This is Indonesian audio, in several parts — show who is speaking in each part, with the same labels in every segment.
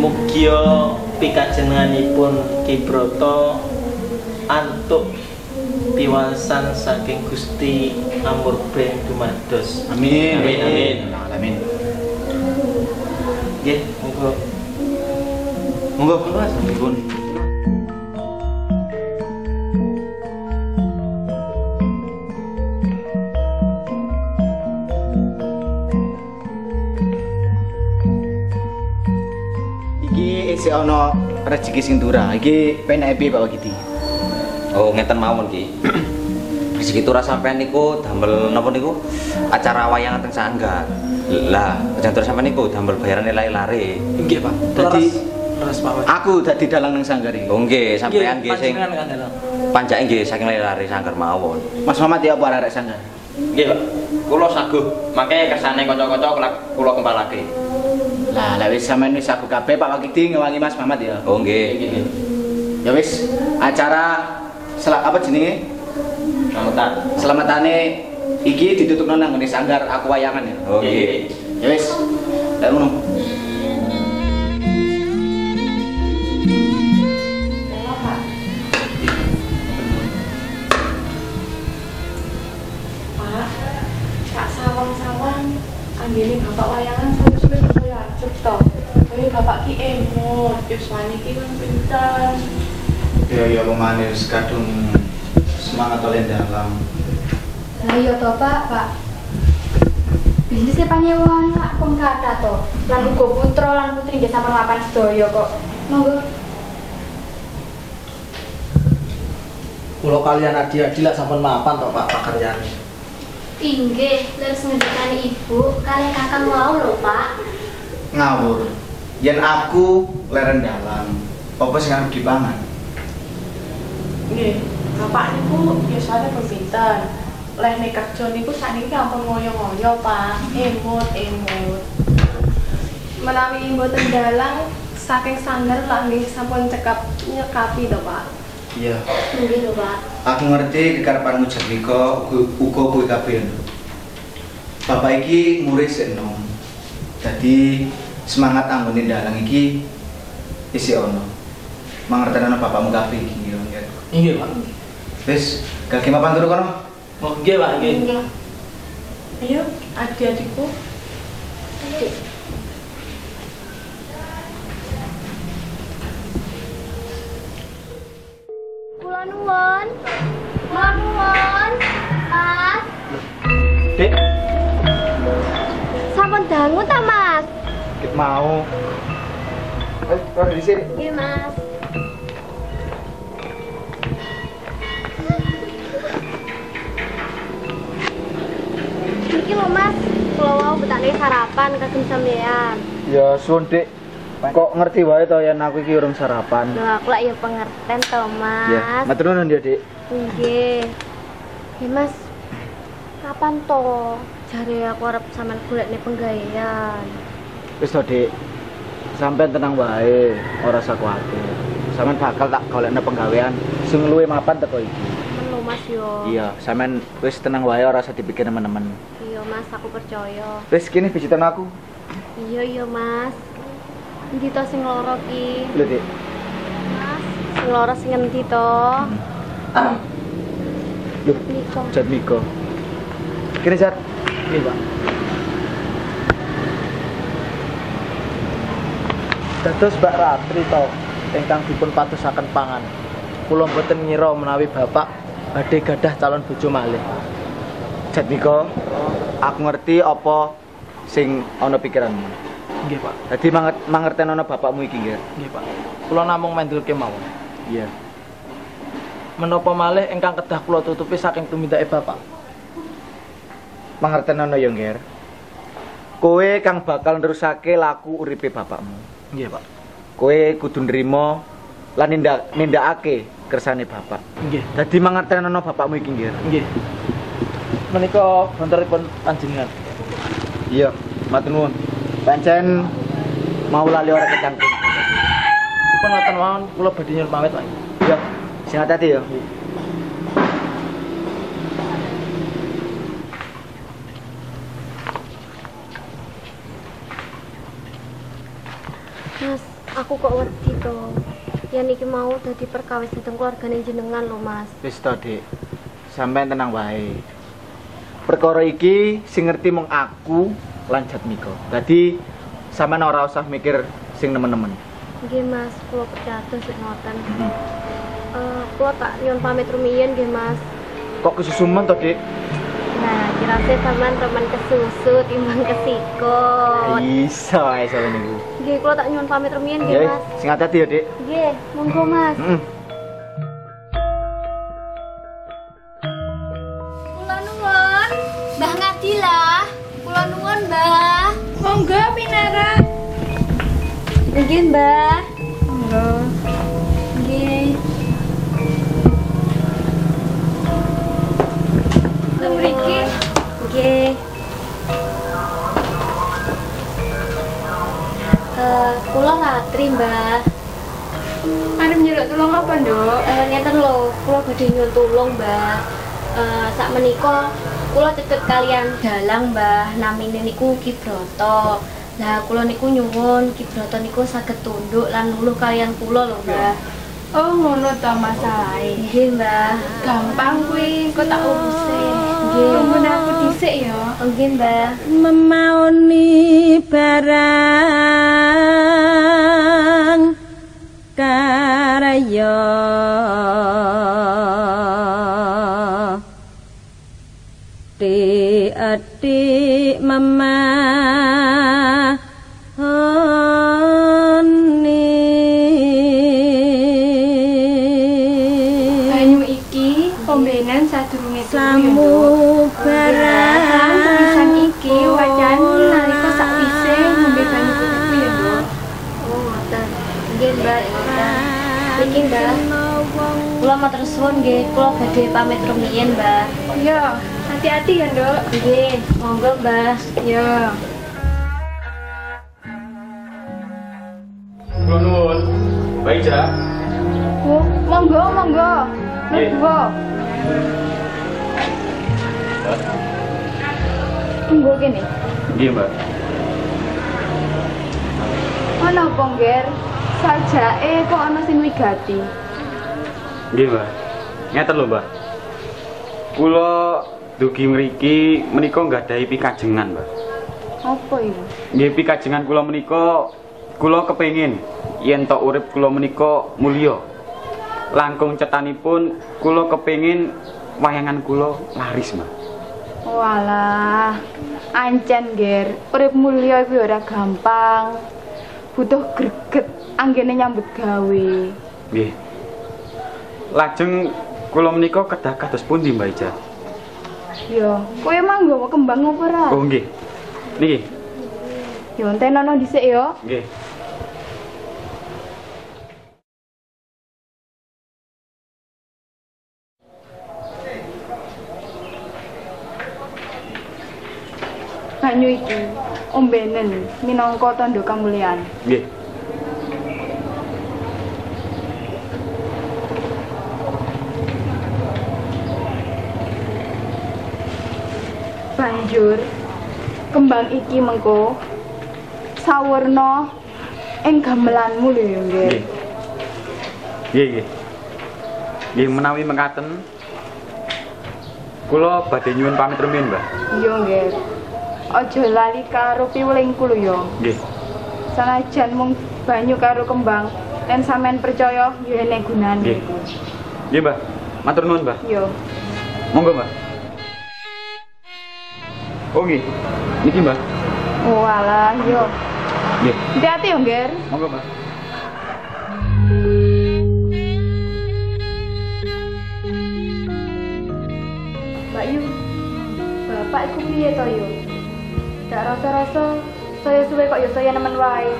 Speaker 1: Mugia pikajenenganipun Ki Broto antuk piwasan saking Gusti Amurbe dumados.
Speaker 2: Amin.
Speaker 1: Amin, amin.
Speaker 2: Amin.
Speaker 1: Nggih, monggo.
Speaker 2: Monggo keluar sampun. Iki isih ana rezeki sing dura. Iki penake piye Pak Kiti?
Speaker 3: Oh, ngeten mawon ki. Rezeki turah sampean niku damel napa niku? Acara wayang teng sanggar. Lah, kerjaan turah sampean niku damel bayarane lari-lari.
Speaker 1: Nggih, Pak.
Speaker 2: Dadi-
Speaker 1: leres pawon.
Speaker 2: Aku dadi dalang nang sanggar iki.
Speaker 3: Oh nggih, sampean nggih sing
Speaker 1: panjenengan kandhela.
Speaker 3: panjake nggih saking lari-lari sanggar mawon.
Speaker 2: Mas Mamat ya apa arek sanggar?
Speaker 4: Nggih, Pak. Kula saguh, makanya kersane kanca-kanca kula- kula kempalake.
Speaker 2: Lah, lah wis sampean wis aku kabeh Pak Wakiti ngewangi Mas Mamat ya.
Speaker 3: Oh nggih.
Speaker 4: Nggih, nggih.
Speaker 2: Ya wis, acara selak apa jenenge?
Speaker 4: Selametan.
Speaker 2: Selamatane iki ditutupno nang ngene sanggar aku wayangan ya.
Speaker 3: Oh nggih.
Speaker 4: Nggih.
Speaker 2: Ya wis, lek ngono.
Speaker 5: Pak, Pak Sawang-Sawang, anggini Bapak wayangan saya sudah saya ajak to. Tapi Bapak ki emot, Yuswani ki kan pinter.
Speaker 2: Ya ya pemanis kadung semangat oleh dalam.
Speaker 6: Lah iya to, Pak, Pak. Bisnisnya panyewaan Pak pun kata to. Lan uga putra lan putri nggih sampun mapan sedaya kok. Monggo.
Speaker 1: Kula kalian adi-adi lak sampun mapan to, Pak, pakaryane.
Speaker 7: Inggih, leres ngendikani ibu, kalian kakang mau lho pak.
Speaker 2: Ngawur. Yen aku leren dalam, apa sing arep dipangan?
Speaker 5: Nggih, Bapak niku Yuswani pinter. Leh nek kerja niku sakniki ampun ngoyo-ngoyo, Pak. Emot, emot.
Speaker 8: menawi boten dalang saking sanggar lami sampun cekap nyekapi to pak
Speaker 2: Iya.
Speaker 7: Inggih lho pak.
Speaker 2: Aku ngerti kekarepanmu Jerniko ku- uga kuwi kabeh. Bapak iki murid sik enom. Dadi semangat anggone dalang iki isi ono. Mangerteni bapakmu kabeh iki yo. ya.
Speaker 1: Nggih, Pak.
Speaker 2: Wis, kaki mapan turu kono.
Speaker 1: Oh, Nggih, Pak, nggih.
Speaker 7: Inggih.
Speaker 5: Ayo, adik-adikku.
Speaker 7: Kula nuwun. Kula nuwun. Mas,
Speaker 2: Dik,
Speaker 7: sampun dangu ta mas?
Speaker 2: dik mau. Eh, ora di sini.
Speaker 7: Iya mas. Iki lho mas, kula wau betane sarapan kagem sampean.
Speaker 2: Ya sun, Dik. Kok ngerti wae to yen aku iki urung sarapan.
Speaker 7: Lho aku lak ya pengerten to mas.
Speaker 2: matur nuwun ya, Dik.
Speaker 7: Nggih. Ya Mas, kapan to jare aku arep sampean golekne penggawean?
Speaker 2: Wis to, Dik. Sampeyan tenang wae, ora usah kuwatir. Sampeyan bakal tak golekne penggawean sing luwe mapan teko iki.
Speaker 7: Men lho Mas yo.
Speaker 2: Iya, sampeyan wis tenang wae ora usah dipikir teman-teman.
Speaker 7: Iya, Mas, aku percaya.
Speaker 2: Wis kene pijitan aku.
Speaker 7: Iya iya Mas. Endi to sing lara ki?
Speaker 2: Lho, Dik.
Speaker 7: Mas, sing lara sing endi to?
Speaker 2: Lho,
Speaker 7: Niko.
Speaker 2: Jat Miko. Kene Jat.
Speaker 1: Nggih, Pak.
Speaker 9: Dados Mbak Ratri to ingkang dipun patusaken pangan. Kula mboten ngira menawi Bapak badhe gadah calon bojo malih.
Speaker 2: Jat Miko. Aku ngerti apa sing ana pikiranmu.
Speaker 9: Nggih, Pak.
Speaker 2: Tadi manget mangerten ana bapakmu iki, Nggih.
Speaker 9: Nggih, Pak. Kula namung mendulke mawon.
Speaker 2: Iya.
Speaker 9: Menapa malih ingkang kedah kula tutupi saking tumindake Bapak?
Speaker 2: Mangerten ana ya, Nggih. Kowe kang bakal nerusake laku uripe bapakmu.
Speaker 9: Nggih, Pak.
Speaker 2: Kowe kudu nrimo lan nindak nindakake kersane bapak.
Speaker 9: Nggih.
Speaker 2: Dadi mangerten ana bapakmu iki, Nggih.
Speaker 9: Nggih. Menika bonteripun panjenengan.
Speaker 2: Iya, matur nuwun. Pancen mau lali ora kecangkem.
Speaker 9: Pun ngoten mawon kula badhe nyuwun pamit, Pak.
Speaker 2: Ya, sing hati ya.
Speaker 7: Mas, aku aku kok wedi to. Ya niki mau dadi perkawis dhateng keluargane jenengan lho, Mas.
Speaker 2: Wis to, Dik. Sampeyan tenang wae. Perkara iki sing ngerti mung aku lan Jatmiko. Dadi sampeyan ora usah mikir sing nemen-nemen.
Speaker 7: Nggih, Mas, kula percaya sik ngoten. Eh, kula tak nyuwun pamit rumiyin nggih, Mas.
Speaker 2: Kok kesusuman to, Dik?
Speaker 7: Nah, kira-kira sampean teman kesusu
Speaker 2: Oh.
Speaker 7: timbang
Speaker 10: Iya.
Speaker 7: kesikut.
Speaker 2: Iso ae sampeyan niku.
Speaker 7: Nggih, kula tak nyuwun pamit rumiyin nggih,
Speaker 2: Ya,
Speaker 10: Iya.
Speaker 7: Mas.
Speaker 2: sing hati-hati ya, Dik.
Speaker 7: Nggih, monggo, Mas.
Speaker 2: Heeh.
Speaker 5: Kula nuwun, Mbah Ngadila. Kula nuwun, Mbah. Monggo Pinara.
Speaker 7: Nggih, Mbah.
Speaker 5: Monggo. Nggih. Lha mriki
Speaker 7: Nggih. Eh, kula ngatri, Mbah.
Speaker 5: arep njaluk tulung apa, Nduk?
Speaker 7: Eh, ngeten lho, kula badhe nyuwun tulung, Mbak. Eh, sak menika kula tetep kalian dalang, Mbah. Namine niku Ki Broto. Lah kula niku nyuwun Ki Broto niku saged tunduk lan luluh kalian kula lho, Mbah.
Speaker 5: Ya.
Speaker 11: Oh ngono ta masalahe.
Speaker 7: Nggih,
Speaker 11: Ah.
Speaker 7: Mbah.
Speaker 11: Gampang kuwi, engko tak uruse.
Speaker 7: Nggih.
Speaker 11: Tunggu aku dhisik ya.
Speaker 7: Oh, Nggih, Mbah.
Speaker 5: Nah,
Speaker 12: memauni barang karya di adik memauni
Speaker 11: Banyu iki ombenan sadurunge
Speaker 12: samubarang
Speaker 11: tulisan iki wacani nalika sakwise ngombe banyu kuwi ya, Nduk.
Speaker 7: Oh, ngoten. Nggih, Mbah. Ngoten. Niki, Mbah. Kula matur suwun nggih, kula badhe pamit rumiyin, Mbah.
Speaker 11: Iya, hati-hati ya, Nduk.
Speaker 7: Nggih, monggo, Mbah.
Speaker 11: Iya.
Speaker 10: Kula nuwun. Baik, Ja.
Speaker 11: Bu, monggo, monggo. Monggo. Monggo kene.
Speaker 10: Nggih, Mbak.
Speaker 11: Ana apa, Ngger? Sajake kok ana sing wigati.
Speaker 10: Nggih, Mbak. Ngeten lho, Mbak. Kula dugi mriki menika nggadahi pikajengan, Mbak.
Speaker 11: Apa iku?
Speaker 10: Nggih pikajengan kula menika kula kepengin yen tok urip kula menika mulya. Langkung cetanipun kula kepengin wayangan kula laris, Mbak.
Speaker 11: Walah, Oh, ancen Ger, urip mulya iku ya ora gampang. Butuh greget anggene nyambut gawe.
Speaker 10: Nggih. Lajeng kula menika kedah kados pundi, Mbak Ija?
Speaker 11: Yo, kowe emang nggawa kembang apa ora?
Speaker 10: Oh, nggih. Niki,
Speaker 11: Yo entenono dhisik yo.
Speaker 10: nggih.
Speaker 11: Banyu iki ombenen minangka tandha kamulyan.
Speaker 10: Nggih.
Speaker 11: Banjur kembang iki mengko sawurna ing gamelanmu lho yo, Ger.
Speaker 10: Nggih. Nggih, nggih. Nggih menawi mekaten kula badhe nyuwun pamit rumiyin, Mbak.
Speaker 11: Yo, Ger. Aja lali karo piwulingku lho yo.
Speaker 10: Nggih.
Speaker 11: Sanajan mung banyu karo kembang, yen sampean percaya yo ene gunane.
Speaker 10: Nggih. Nggih, Mbak. Matur nuwun, Mbak.
Speaker 11: Yo.
Speaker 10: Monggo, Mbak. Oh, nggih. Niki, Mbak.
Speaker 11: Walah, yo.
Speaker 10: Nggih.
Speaker 11: Oh, Hati-hati yo, Ger.
Speaker 10: Monggo, Mbak.
Speaker 5: Mbak Yu, bapak iku piye to yo? Dak rasa-rasa saya suwe kok yo saya nemen wae.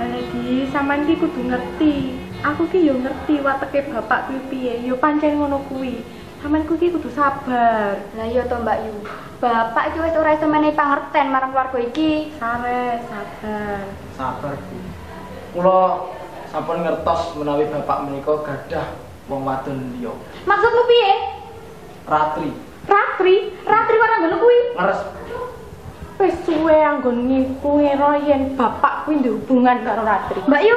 Speaker 11: Lagi sampean ki kudu ngerti. Aku ki yo ngerti wateke bapak kuwi piye. Yo pancen ngono kuwi. Sampean ku ki kudu sabar.
Speaker 5: Lah iya to Mbak Yu. Bapak iki wis ora iso menehi pangerten marang keluarga iki.
Speaker 11: Sare, sabar.
Speaker 2: Sabar, Bu. Kula sampun ngertos menawi bapak menika gadah wong wadon liya.
Speaker 5: Maksudmu piye?
Speaker 2: Ratri
Speaker 11: Ratri, Ratri ora ngono kuwi.
Speaker 2: ngeres
Speaker 11: Wis suwe anggon ngiku ngero yen bapak kuwi nduwe hubungan karo Ratri.
Speaker 5: Mbak Yu,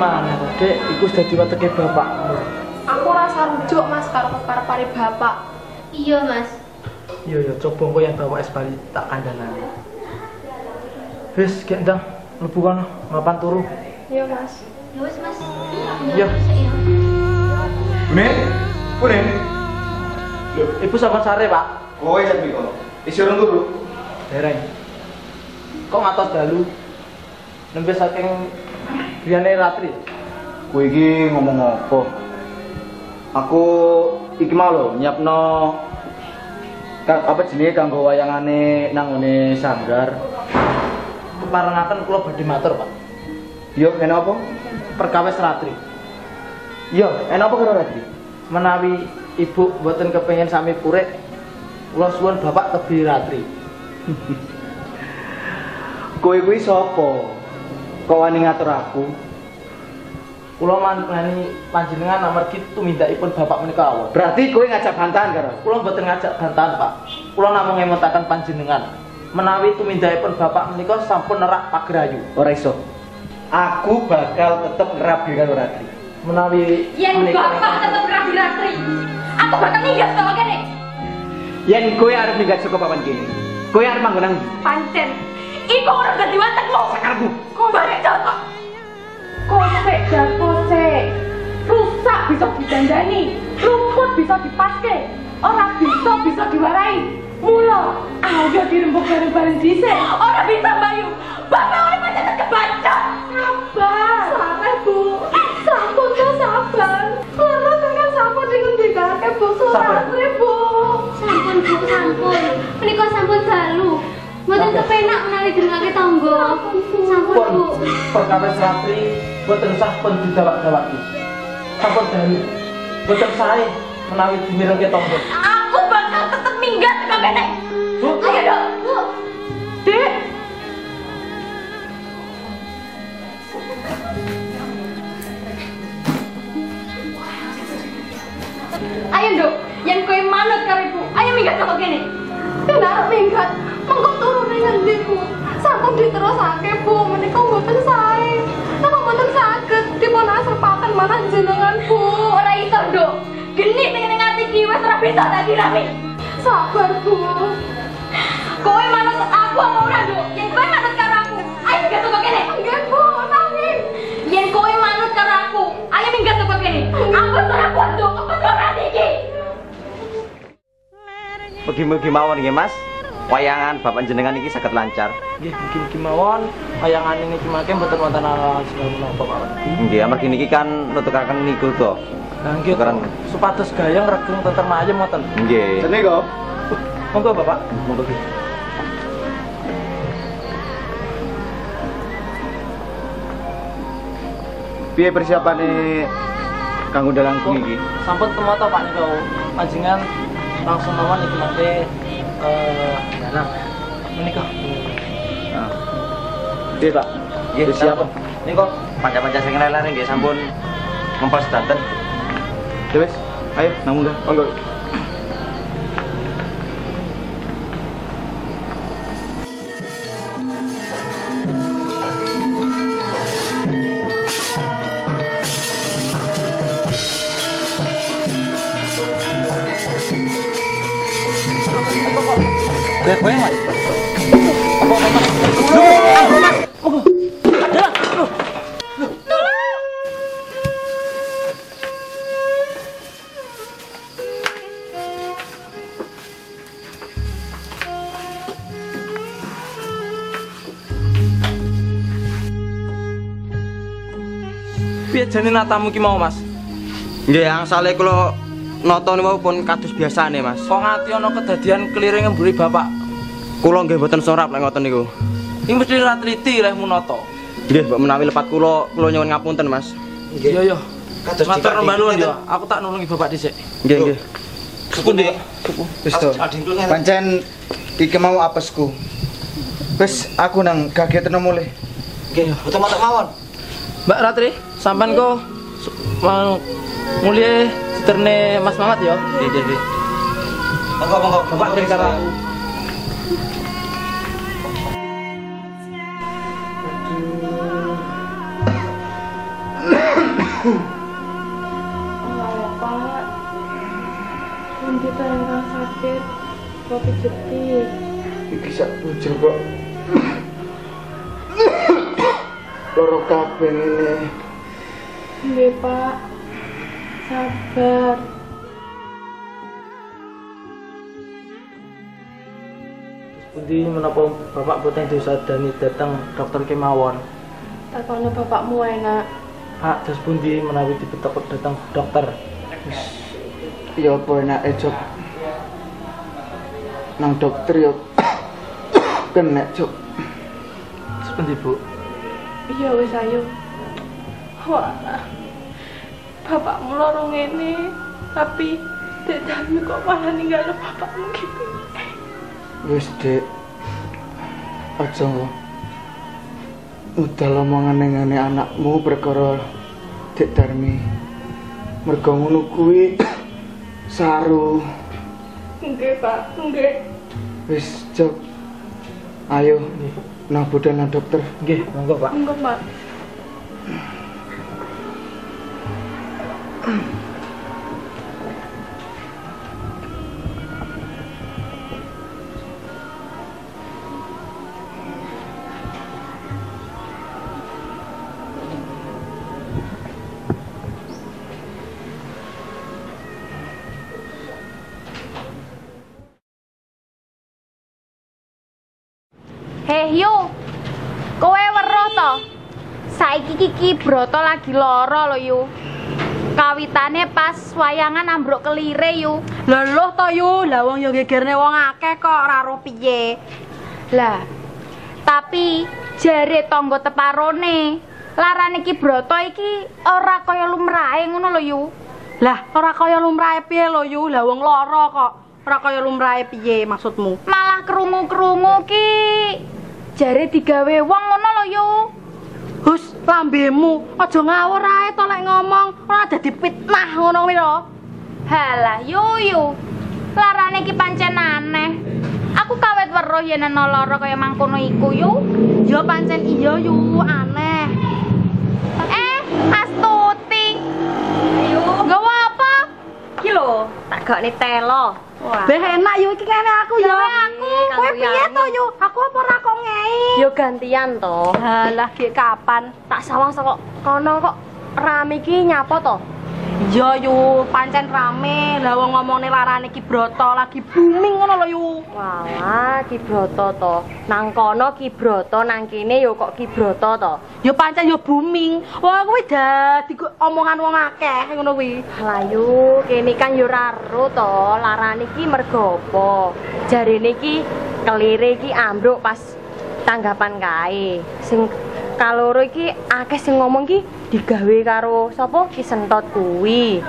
Speaker 9: mana to, Dek? Iku sudah diwateke bapakmu.
Speaker 13: Aku rasa rujuk mas karo kekarepane bapak.
Speaker 14: Iya mas.
Speaker 9: Iya ya, coba engko yang bawa es bali tak kandhani. Wis, gek ndang mlebu kono, mapan turu.
Speaker 14: Iya mas. Ya wis mas.
Speaker 9: Iya.
Speaker 1: Bune, bune.
Speaker 9: Ibu sama sare, Pak.
Speaker 1: Oh iya, Miko. Isi orang dulu.
Speaker 9: Dereng. Kok ngatos dalu? Nembe saking griyane ratri.
Speaker 2: Kowe iki ngomong apa? Aku iki mau lho nyiapno ka- apa jenenge kanggo wayangane nang ngene sanggar.
Speaker 9: Keparengaken kula badhe matur, Pak.
Speaker 2: Yo enak apa?
Speaker 9: Perkawis ratri.
Speaker 2: Yo, enak apa karo ratri?
Speaker 9: Menawi ibu mboten kepengin sami purik, kula suwun bapak kebi ratri.
Speaker 2: Kowe kuwi sapa? Kok wani ngatur aku?
Speaker 9: Kula manggani panjenengan amargi tumindakipun bapak menika awon.
Speaker 2: Berarti kowe ngajak bantahan karo aku.
Speaker 9: Kula mboten ngajak bantahan, Pak. Kula namung ngemutaken panjenengan. Menawi tumindakipun bapak menika sampun nerak pagrayu.
Speaker 2: Ora iso. Aku bakal tetep rabi karo ratri.
Speaker 9: Menawi
Speaker 12: Yen bapak tetep rabi ratri. Aku bakal ninggal sama kene.
Speaker 2: Yen kowe arep minggat saka papan kene. Kowe arep manggon nang ndi?
Speaker 12: Pancen. Iku orang ganti watakmu. Sakarmu. Kau balik jatuh.
Speaker 5: Kosek dan kosek. Rusak bisa didandani, rumput bisa dipakai, orang bisa bisa diwarai. Mula, ayo dirembuk bareng-bareng dhisik. Orang bisa bayu, bapak orang macam terkebaca. Sabar, sabar bu, sampun tuh sabar. Lama kakak sampun dengan dikakak bu,
Speaker 14: Sabar.
Speaker 5: surat bu.
Speaker 14: Sampun bu, sampun. Menika sampun dalu. Mboten kepenak menawi dirungake tangga. Sampun
Speaker 9: Pun
Speaker 14: bu.
Speaker 9: perkawis ratri boten sah pun didawak-dawaki. Sampun dalu. Boten sae menawi dimirengke tangga.
Speaker 12: Aku bakal tetep minggat sama kene. Ayo dong. Dek.
Speaker 5: Ayo dok, yang kue manut karo ibu, ayo minggat sama kene. Dan arep minggat, mengko turu ning ngendi bu? Sampun diterusake bu, menika mboten sae. Napa mboten saged dipun asepaken marang jenengan bu? Ora iso dok, geni pengen ning ati iki wis ora bisa tak kirami. Sabar bu. Kowe manut aku apa ora dok? Yang kowe manut karo aku, ayo minggat sama kene. Enggak bu, nangis. Yang kowe manut karo aku, ayo minggat sama kene. Aku ora kuat dok, apa ora iki?
Speaker 15: Mugi-mugi mawon nggih, Mas. Wayangan bapak jenengan iki saged lancar.
Speaker 9: Nggih, mugi-mugi mawon wayangan ini cumake mboten wonten ala sedaya menapa mawon.
Speaker 15: Nggih, amargi niki kan nutukaken niku to.
Speaker 9: Lah nggih
Speaker 15: Tukaran.
Speaker 9: supados gayeng regeng tentrem ayem ngoten.
Speaker 15: Nggih.
Speaker 2: Menika
Speaker 9: Monggo Bapak.
Speaker 15: Monggo Ki.
Speaker 2: piye persiapane kanggo dalang bengi iki?
Speaker 9: Sampun temata Pak niku. Panjenengan langsung mawon iki mate eh dalang. Menika.
Speaker 2: Nggih, Ah. Pak.
Speaker 15: Nggih, siap. Niku panjang-panjang sing lelare nggih sampun ngempes danten.
Speaker 2: Ya wis, ayo nang munggah. Monggo.
Speaker 9: Kowe kowe Mas. Piye jane natamu ki mau Mas?
Speaker 16: Nggih, angsale kula nata niku pun kados biasane, Mas.
Speaker 9: Kok ngati ana kedadian keliring ngemburi bapak?
Speaker 16: Kula nggih mboten sorap lek ngoten niku.
Speaker 9: Ini mesti ra triti leh munoto.
Speaker 16: Nggih, mbok menawi lepat kula, kula nyuwun ngapunten, Mas.
Speaker 9: Nggih. Iya, iya.
Speaker 16: Kados
Speaker 9: Matur
Speaker 16: dikati.
Speaker 9: nuwun nuwun ya. Aku tak nulungi bapak dhisik.
Speaker 16: Nggih, nggih.
Speaker 9: Sepundi.
Speaker 1: Wis to. Pancen iki mau apesku. Wis aku nang kagetan mulih.
Speaker 9: Nggih, utama tak mawon. Mbak Ratri, sampean kok su- mau mulia sederne Mas Mamat ya?
Speaker 15: Nggih, nggih, nggih. Monggo, monggo, bapak
Speaker 9: Bapak
Speaker 15: dhewe
Speaker 9: karo
Speaker 1: Nek.
Speaker 5: Pendeta ingkang sakit Kopi jeti
Speaker 17: Iki sak bojo kok. Loro kabeh ngene.
Speaker 5: Nggih Iya, pak Sabar
Speaker 9: Pundi menapa Bapak boten disadani datang dokter kemawon.
Speaker 5: Takono bapakmu enak
Speaker 9: Pak, terus pundi menawi dibetekok datang dokter.
Speaker 17: Ya apa enake jok. Nang dokter ya kena jok.
Speaker 9: Sepundi, Bu?
Speaker 5: Iya wis ayo Wah Bapakmu lorong ini Eh, Tapi Dek Dami kok malah ninggalin bapakmu gitu
Speaker 17: Wis dek. Aja Udah omongan ngene anakmu perkara Dek Darmi. Mergo ngono kuwi saru.
Speaker 5: Nggih pak Nggih
Speaker 17: Wis jok. Ayo. Nah, budal nang dokter.
Speaker 9: Nggih, monggo, Pak.
Speaker 5: Enggak pak
Speaker 18: Heh yo. Kowe weruh to. Saiki Kiki Broto lagi lara lho yu. Kawitane pas wayangan ambruk kelire yu. Lho loh to yu, lah wong yo gegerne wong akeh kok ora ro piye. Lah, tapi jare tangga teparone, larane Ki Broto iki ora kaya lumrahe ngono lho yu. Lah, ora kaya lumrahe piye lho yu, lah wong lara kok. Ora kaya lumrahe piye maksudmu? Malah krungu-krungu ki jare digawe wong ngono lho yu. Hus, lambemu aja ngawur ae to lek ngomong, ora dadi fitnah ngono kuwi lho. Halah, yuyu. Larane iki pancen aneh. Aku kawet weruh yen ana lara kaya mangkono iku yu. Ya pancen iya yu aneh. Eh, Astuti. Ayo. Nggawa apa? Iki lho, tak gakne telo. Wah.
Speaker 12: Beh enak yo iki kene aku yo.
Speaker 18: aku, kowe piye to yo? Aku apa ora kok ngei?
Speaker 12: Yo gantian to.
Speaker 18: Halah Eh, ki kapan? Tak sawang saka kono kok rame iki nyapa to? Iya yu, pancen rame. Lah wong ngomongne larane Ki Broto lagi booming ngono lho yu.
Speaker 12: Walah Ki Broto to. Nang kono Ki Broto, nang kene yo kok Ki Broto to.
Speaker 18: Yo pancen yo booming. Wah kuwi dadi go- omongan wong akeh ngono kuwi.
Speaker 12: Layu kene kan yo raro to. Larane iki mergo apa? Jarene iki kelire iki ambruk pas tanggapan kae. Sing kaloro iki akeh sing ngomong ki digawe karo sapa Ki Sentot kuwi.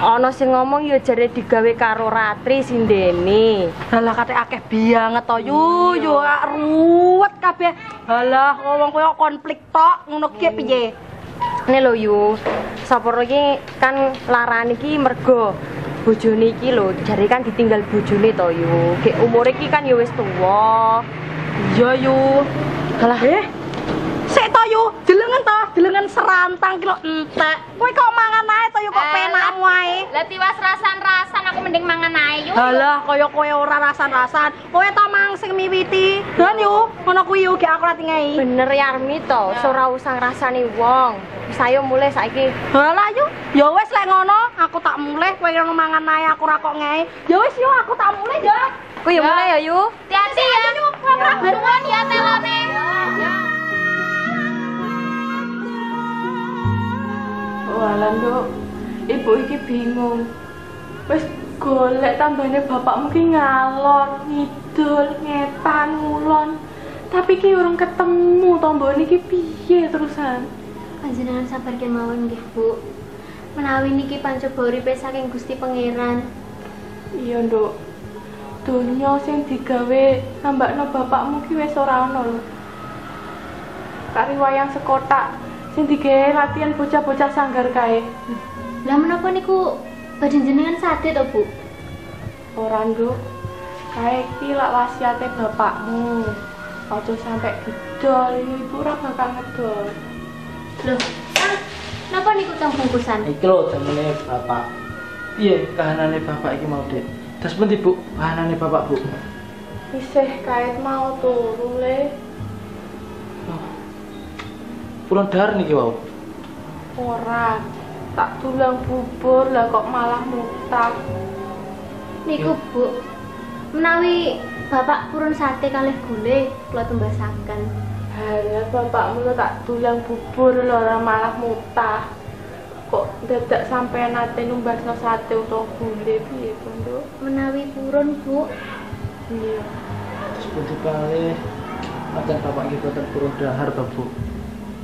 Speaker 12: Ana sing ngomong yo jare digawe karo Ratri Sindene.
Speaker 18: Halah kate akeh banget to yu, yu ah, ruwet kabeh. Halah kok wong koyo konflik tok ngono ki piye?
Speaker 12: Hmm. Ini lho yu, Sapporo iki kan larane iki mergo bojone iki lho, jare kan ditinggal bojone to yu. Gek umure iki kan ya wis tuwa.
Speaker 18: Iya yu. Alah. Eh. Sik to yu, delengen to, delengen serantang kilo entek. Kowe kok mangan ae to yu kok
Speaker 12: Eh,
Speaker 18: penakmu ae.
Speaker 19: Lah tiwas rasan-rasan aku mending mangan ae yuk.
Speaker 18: Alah, kaya kowe ora rasan-rasan. Kowe to mang sing miwiti. Dan yu, ngono kuwi yu gak aku ra tingai.
Speaker 12: Bener Yarmi to, ora usah ngrasani wong. Wis ayo mulai saiki.
Speaker 18: Alah yu, ya wis lek ngono, aku tak mulih kowe ngono mangan ae aku ra kok ngei. Ya wis yu, aku tak mulih ya.
Speaker 12: Kowe ya mulai ya yu.
Speaker 19: Hati-hati ya. Ora barengan ya telone.
Speaker 5: Walan dok Ibu iki bingung Wis golek tambahnya bapakmu ki ngalor Ngidul, ngetan, ngulon Tapi ki urung ketemu tombone ki piye terusan
Speaker 7: Panjenengan sabar kemawon nggih, Bu. Menawi niki pancoba uripe saking Gusti Pangeran.
Speaker 5: Iya nduk Donya sing digawe nambakno bapakmu ki wis ora ono lho Kari wayang sekotak sing digawe latihan bocah-bocah sanggar kae
Speaker 7: Lah menapa niku badan jenengan sade to, Bu?
Speaker 5: Ora nduk kae iki lak wasiate bapakmu ojo sampe gedol ibu ora bakal ngedol
Speaker 7: loh napa niku tang bungkusan
Speaker 9: Iki lho jamane Bapak. Piye kahanane Bapak iki mau, Dek? Terus pun Bu, panane Bapak Bu.
Speaker 5: Isih kait mau turu le.
Speaker 9: Kulon Oh. dar niki wau.
Speaker 5: Ora tak tulang bubur lah kok malah muntah.
Speaker 7: Niku Bu, menawi Bapak purun sate kalih gulai kula tumbasaken.
Speaker 5: Halah bapakmu lo tak tulang bubur lo ora malah muntah. Kok dadak sampean ate numbasno sate utawa gulai piye pun Dok?
Speaker 7: Menawi purun Bu,
Speaker 5: Iya.
Speaker 9: Terus pun dipale macam Bapak iki boten purun dahar Bapak Bu.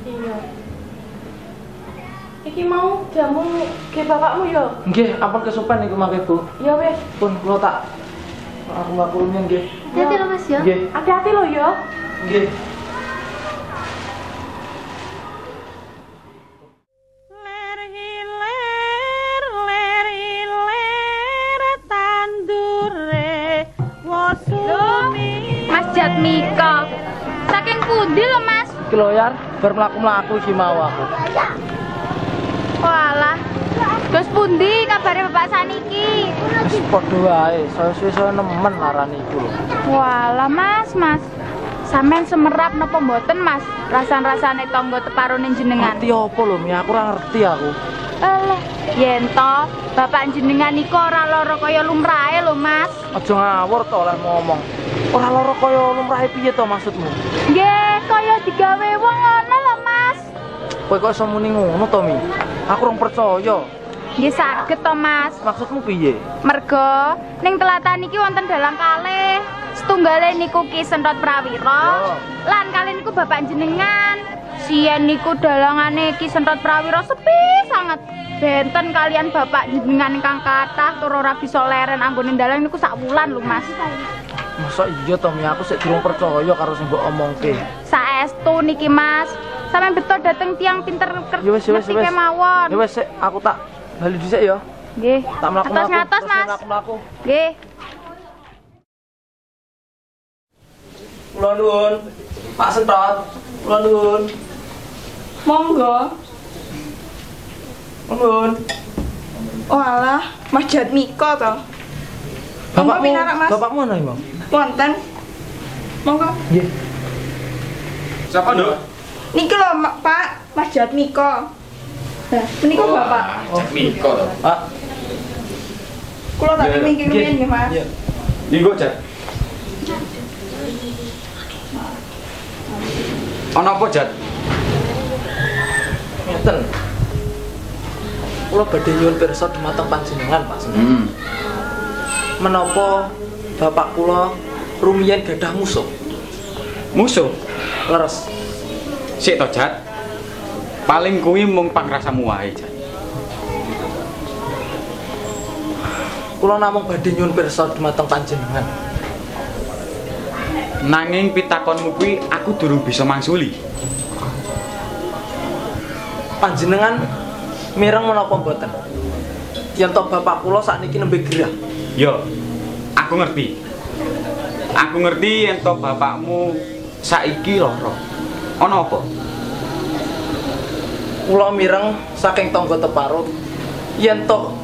Speaker 5: Iya. Iki mau jamu ke bapakmu yo.
Speaker 9: Nggih, apa kesopan niku mangke Bu?
Speaker 5: Ya wes.
Speaker 9: Pun kula tak aku makulnya nggih.
Speaker 7: Hati-hati lo, Mas, ya.
Speaker 9: Nggih.
Speaker 5: Hati-hati lo yo.
Speaker 9: Nggih.
Speaker 10: tandure
Speaker 18: Mas Jatmiko. Saking pundi lho Mas?
Speaker 9: Iki lho yar, bar mlaku-mlaku iki mau aku.
Speaker 18: Walah. Terus pundi kabare Bapak Saniki?
Speaker 9: Wis padha wae, saya suwe saya nemen larane iku lho.
Speaker 18: Walah Mas, Mas. Sampean semerap napa mboten Mas? Rasan-rasane tangga teparone jenengan.
Speaker 9: Ngerti apa lho, Mi? Aku ora ngerti aku.
Speaker 18: Alah, yen to bapak jenengan niku ora lara kaya lumrahe lho Mas.
Speaker 9: Aja ngawur to oleh ngomong. Ora lara kaya lumrahe piye to maksudmu?
Speaker 18: Nggih, kaya digawe wong ngono lho Mas.
Speaker 9: Kowe kok iso muni ngono to, Mi? Aku rong percaya.
Speaker 18: Nggih saged to Mas.
Speaker 9: Maksudmu piye?
Speaker 18: Mergo ning telatan iki wonten dalang kalih. Setunggale niku Ki Sentot Prawira lan kalih niku bapak jenengan. Siyen niku dalangane Ki Sentot Prawira sepi sangat. Benten kalian bapak jenengan ingkang kathah tur ora bisa leren anggone dalang niku sak wulan lho Mas.
Speaker 9: Masa iya to, Mi? Aku sik durung percaya karo sing mbok omongke.
Speaker 18: Saestu niki Mas. Sampeyan betul dateng tiang pinter ker-
Speaker 9: Ya wis, ya wis,
Speaker 18: ngerti
Speaker 9: ya wis.
Speaker 18: kemawon.
Speaker 9: Ya wis, sik, aku tak bali dhisik ya.
Speaker 18: Nggih.
Speaker 9: Tak mlaku-mlaku.
Speaker 18: Atas-atas,
Speaker 9: Terus
Speaker 18: Mas.
Speaker 9: mlaku-mlaku.
Speaker 18: Nggih.
Speaker 9: Kula nuwun. Pak Sentot. Kula nuwun.
Speaker 5: Monggo.
Speaker 9: Nuwun.
Speaker 5: Oh alah, Mas Jatmiko to. Monggo
Speaker 9: Bapakmu,
Speaker 5: pinarak, Mas.
Speaker 9: bapakmu ana iki, Mang?
Speaker 5: Wonten. Monggo.
Speaker 9: Nggih.
Speaker 5: Siapa, Nduk? Niki lho, Ma- Pak, Mas Jatmiko. Nah, menika Bapak.
Speaker 2: Miko to.
Speaker 9: Pak.
Speaker 5: Kula
Speaker 9: Ya,
Speaker 5: tak
Speaker 2: Iya, iya.
Speaker 5: pingin
Speaker 2: Nggih.
Speaker 5: nggih, Mas.
Speaker 2: Niko Jat.
Speaker 3: Ono apa, Jat?
Speaker 9: Ngeten. Kula badhe nyuwun pirsa dumateng panjenengan, Pak Sentot.
Speaker 3: Hmm.
Speaker 9: Menapa bapak kula rumiyin gadah musuh?
Speaker 10: Musuh.
Speaker 9: Leres.
Speaker 10: Sik to, Jat. Paling kuwi mung pangrasamu wae, Jat.
Speaker 9: Kula namung badhe nyuwun pirsa dumateng panjenengan.
Speaker 10: Nanging pitakonmu kuwi aku durung bisa mangsuli.
Speaker 9: Panjenengan mireng menapa mboten? Yen to bapak kula sakniki nembe gerah.
Speaker 10: Yo, aku ngerti. Aku ngerti yen to bapakmu saiki lara. Ono apa?
Speaker 9: Kula mireng saking tangga teparut. Yen to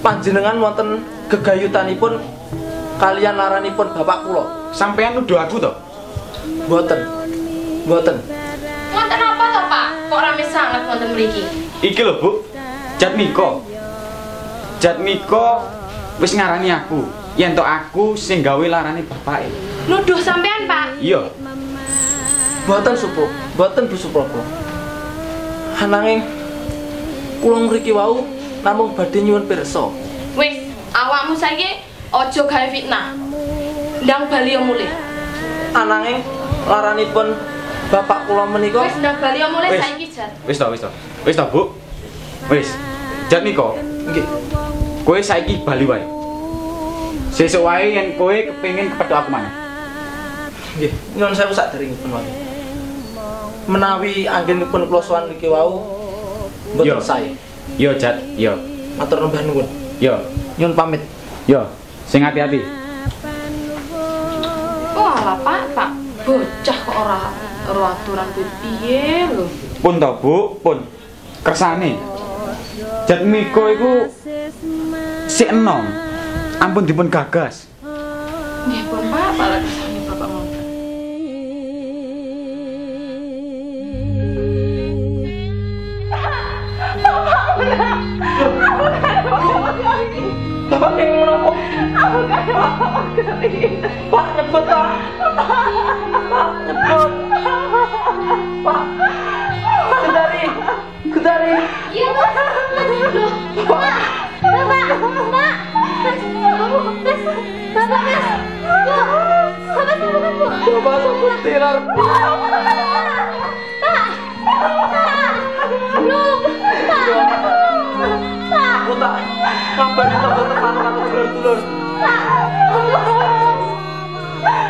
Speaker 9: panjenengan wonten gegayutanipun kalian laranipun bapak kula.
Speaker 10: Sampeyan nuduh aku to?
Speaker 9: Mboten. Mboten.
Speaker 19: Wonten apa to, Pak? Kok rame sangat wonten mriki?
Speaker 10: Iki lho, Bu. Jatmiko. Jatmiko wis ngarani aku yen to aku sing gawe larane bapake.
Speaker 19: Nuduh sampean, Pak.
Speaker 10: Iya,
Speaker 9: Mboten Supro, mboten Bu Suproko. Ananging kula ngriki wau namung badhe nyuwun pirsa.
Speaker 19: Wis, awakmu saiki ojo gawe fitnah. Ndang bali yo mulih.
Speaker 9: Ananging laranipun bapak kula menika
Speaker 19: Wis ndang bali yo mulih
Speaker 10: Wis.
Speaker 19: saiki jar.
Speaker 10: Wis to, wis to. Wis to, Bu. Wis. Jat Niko.
Speaker 9: Nggih.
Speaker 10: Kowe saiki bali wae. Sesuk wae yen kowe kepengin kepethuk aku maneh.
Speaker 9: Nggih, nyuwun sewu sadèrèngipun wau. Menawi anggenipun kula sowan niki wau
Speaker 10: Yo.
Speaker 9: mboten sae.
Speaker 10: Yo, Jat. Yo.
Speaker 9: Matur lembah nuwun.
Speaker 10: Yo.
Speaker 9: Nyun pamit.
Speaker 10: Yo. Sing hati-hati.
Speaker 19: Walah, Pak, Pak. Bocah kok ora ora aturan kuwi piye lho.
Speaker 10: Pun to, Bu. Pun. Kersane. Jat Miko iku sik enom. ampun dipun gagas.
Speaker 20: Nggih, pun Bapak lagi sami Bapak mau.
Speaker 1: Bapak pengen menopo? Aku gak Pak nyebut Pak. Pak nyebut. Pak. Kedari. Kedari.
Speaker 9: Iya, Pak. Pak. Bapak. Pak. Mas. Bu. Mas. Bapak, Mas. Bu. Bapak sama Bu.
Speaker 1: Bapak sebut tirar.
Speaker 9: Pak. Pak. Belum. Pak. Belum. Pak.
Speaker 1: Aku tak kabarin teman-teman aku dulur-dulur.
Speaker 9: Pak.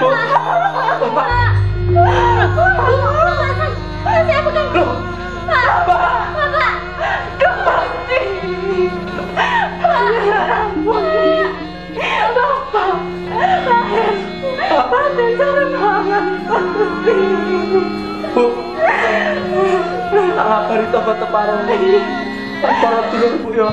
Speaker 1: Bu. Bapak. Bu. Tak ngabari teman-teman aku. Tak para dulur Bu ya.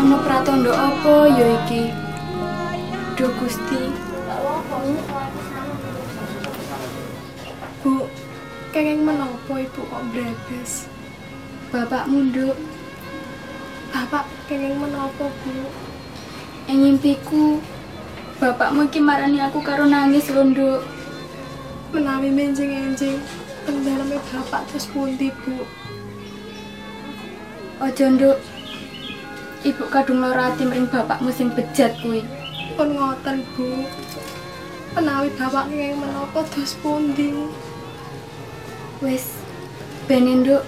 Speaker 5: Ono pratandha apa ya iki? Duh Gusti. Bu, kenging menapa ibu kok brabas? Bapak munduk. Bapak kenging menapa, Bu? Ing mimpiku, bapakmu iki marani aku karo nangis lho, Nduk. Menawi menjing-enjing, pendaleme bapak terus pundi, Bu? Ojo, Nduk. Ibu kadung lara ati mring bapakmu sing bejat kuwi. Pun ngoten, Bu. Menawi bapak kenging menapa dos pundi? Wis, ben nduk.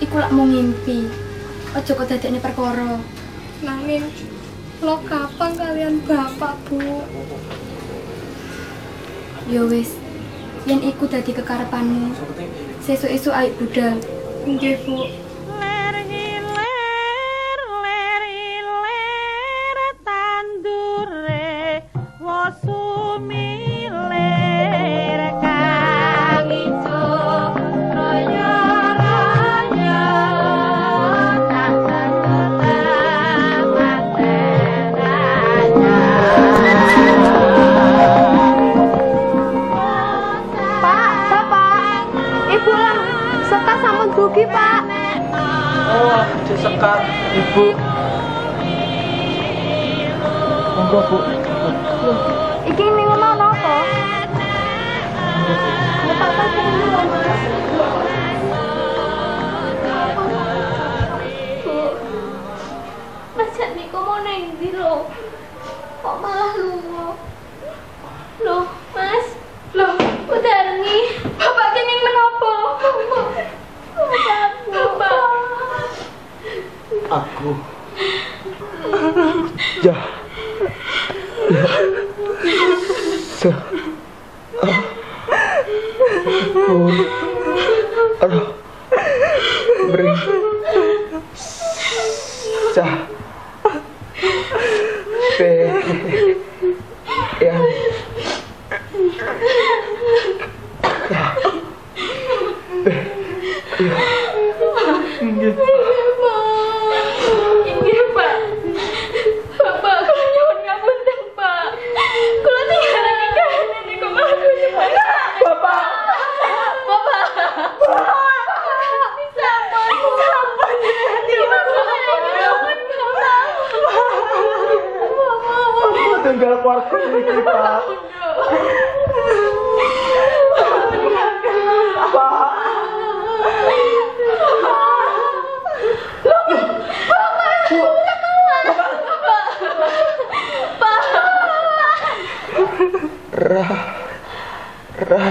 Speaker 5: Iku lak mung ngimpi. Aja kok dadekne perkara. Nanging lo kapan kalian bapak, Bu? Yo wis. Ya Yen iku dadi kekarepanmu. Sesuk-esuk ayo budal. Nggih, Bu.
Speaker 7: tandure wosumiler kang ijo raya raya
Speaker 9: Pak, Bapak, Ibu lah, serta sampun dugi, Pak.
Speaker 1: Oh, aku disekat ibu. Monggo bu.
Speaker 9: Iki minuman apa?
Speaker 12: Bu, Mas niku mau neng di lo, kok malah lunga? Loh, Mas, loh, udarengi, bapak kini menopo? Bapak, bapak,
Speaker 21: Aku
Speaker 17: Ya. Ya. Se. Ah. Oh. Aduh. Beri. Sa. Pe. Ya.
Speaker 12: Inggih, Pak. Bapak, kula nyuwun ngapunten, Pak. Kula tinggal nikah niku malah kula nyuwun. Bapak. Bapak. Sampun, sampun. Niki mau kula nyuwun, Bapak.
Speaker 1: Aku tinggal warung ini pak. Pak.
Speaker 17: Ra. Ra.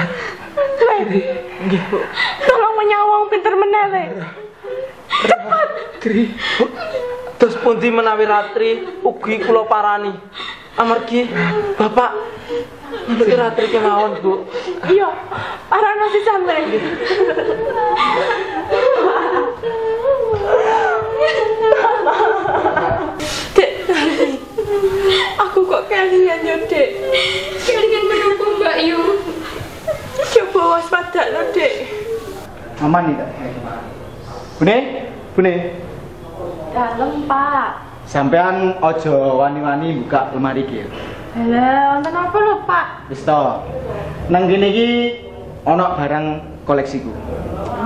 Speaker 17: Nggih, Bu.
Speaker 20: Tolong menyawang pinter menele.
Speaker 1: Cepat. Tri. Terus pundi menawi ratri ugi kula parani. Amargi Bapak ngerti ratri kemawon, Bu.
Speaker 20: Iya, parano si sampean. Dek, Tari. aku kok kelingan yo, Dek.
Speaker 12: Kelingan menunggu Mbak Yu.
Speaker 20: Coba waspada
Speaker 22: dadak lho, Dek.
Speaker 2: Aman nih, Kak. Bune, Bune,
Speaker 22: Dalem, Pak.
Speaker 2: sampean ojo wani-wani buka lemari iki. ya.
Speaker 22: Lah, wonten apa lho, Pak?
Speaker 2: Wis to. Nang kene iki ana barang koleksiku.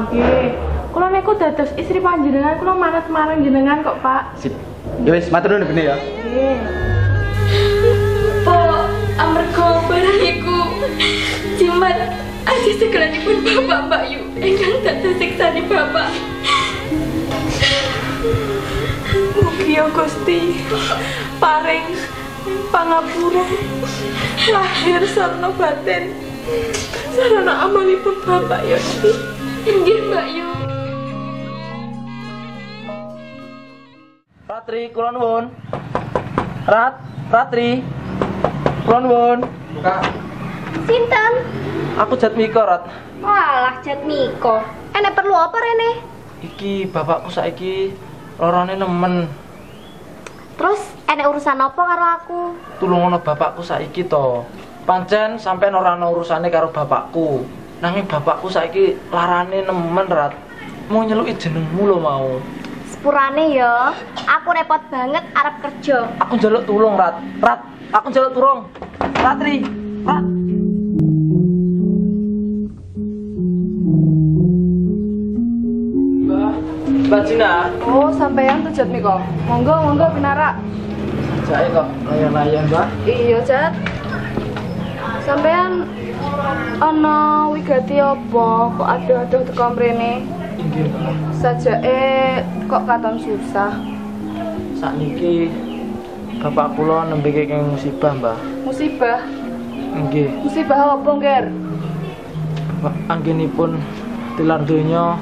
Speaker 22: Nggih. Kula niku dados istri panjenengan, kula manut marang jenengan kok, Pak.
Speaker 2: Sip. Ya wis, matur nuwun Bune ya.
Speaker 22: Nggih.
Speaker 1: Po, amarga barang iku jimat ati sekelanipun bapak Mbak Yu ingkang dados siksani bapak.
Speaker 22: Mugi ya Gusti paring pangapura lahir sarana batin sarana amalipun Bapak ya Gusti.
Speaker 1: Inggih Mbak Yu.
Speaker 9: Ratri, kulon nuwun. Rat, Ratri. Kulon nuwun. Buka.
Speaker 7: Sinten?
Speaker 9: Aku Jatmiko, Rat.
Speaker 7: Walah Jatmiko. Enek perlu apa rene?
Speaker 9: Iki bapakku saiki lorone nemen.
Speaker 7: Terus enek urusan apa karo aku?
Speaker 9: Tulungono bapakku saiki to. Pancen sampean ora ana urusane karo bapakku. Nanging bapakku saiki larane nemen, Rat. Mau nyeluki jenengmu lo mau.
Speaker 7: Sepurane ya, aku repot banget arep kerja.
Speaker 9: Aku njaluk tulung, Rat. Rat, aku njaluk tulung. Ratri, Rat.
Speaker 22: Mbah, Mbak Cina. Oh, sampean tuh Jatmiko.
Speaker 5: Monggo, monggo pinarak.
Speaker 9: Jake kok layan-layan, Mbak.
Speaker 5: Iya, Cat. Sampean ana wigati apa kok adoh-adoh teko mrene? Sajake kok katon susah.
Speaker 9: Sakniki bapak kula nembe kenging musibah, Mbah.
Speaker 5: Musibah.
Speaker 9: Nggih,
Speaker 5: Musibah apa, Ger?
Speaker 9: Mbak, anggenipun tilar donya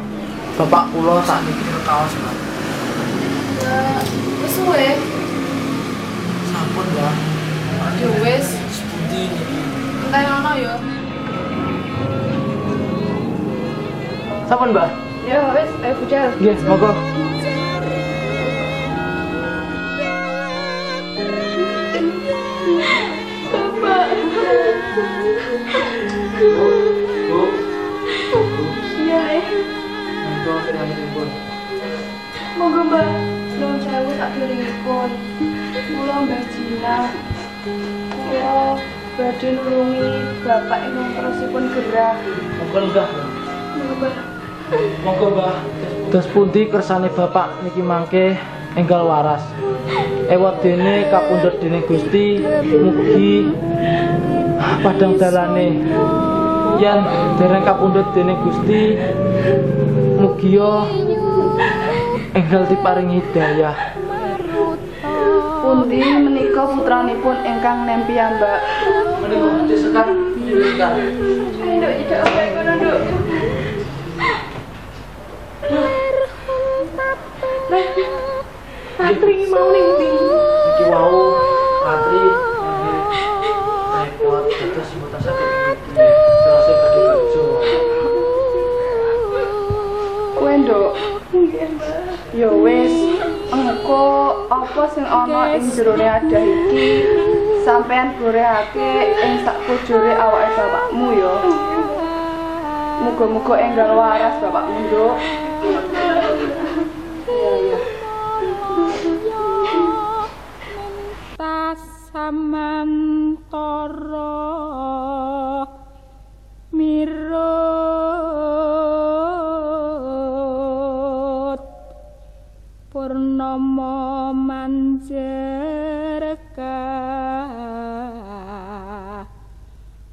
Speaker 9: bapak kula sakniki kekaos, Mbah.
Speaker 5: Wis suwe.
Speaker 9: Sampun, Mbah.
Speaker 5: Yo wis,
Speaker 9: Sepundi niki.
Speaker 5: entek ono yo.
Speaker 9: Sampun, Mbah.
Speaker 5: Yo wis, ayo budal.
Speaker 9: Nggih, monggo.
Speaker 1: Bapak.
Speaker 9: Bu,
Speaker 1: Iya, eh.
Speaker 9: monggo pun.
Speaker 5: Monggo, Mbak. Nuwun sewu sak derengipun. Kula Mbah Jina. Kula badhe nulungi bapak ingkang terusipun gerah.
Speaker 9: Monggo, Mbah.
Speaker 5: Monggo, Mbah.
Speaker 9: Monggo, Mbah. Dos pundi kersane bapak niki mangke enggal waras. Ewat dene kapundhut dening Gusti mugi padang dalane. Yen dereng kapundhut dening Gusti mugi yo enggal diparingi hidayah.
Speaker 5: Pundi menika putranipun ingkang nempi Mbak.
Speaker 9: Menika disekat, disekat.
Speaker 5: Nduk, nduk, apa ngono, Nduk?
Speaker 22: Ratri mau ning ndi?
Speaker 9: Iki wau Ratri repot terus mutus sakit iki. Terus bagi kerja.
Speaker 5: Kowe, Nduk. Ya wis, engko apa sing ana ing jerone adah iki sampean gorehake ing sak kujure awake bapakmu ya. Muga-muga enggal waras bapakmu, Nduk.
Speaker 12: tasamantara mirut purnama manjerka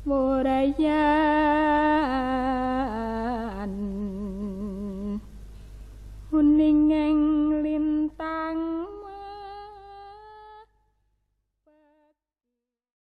Speaker 12: muraya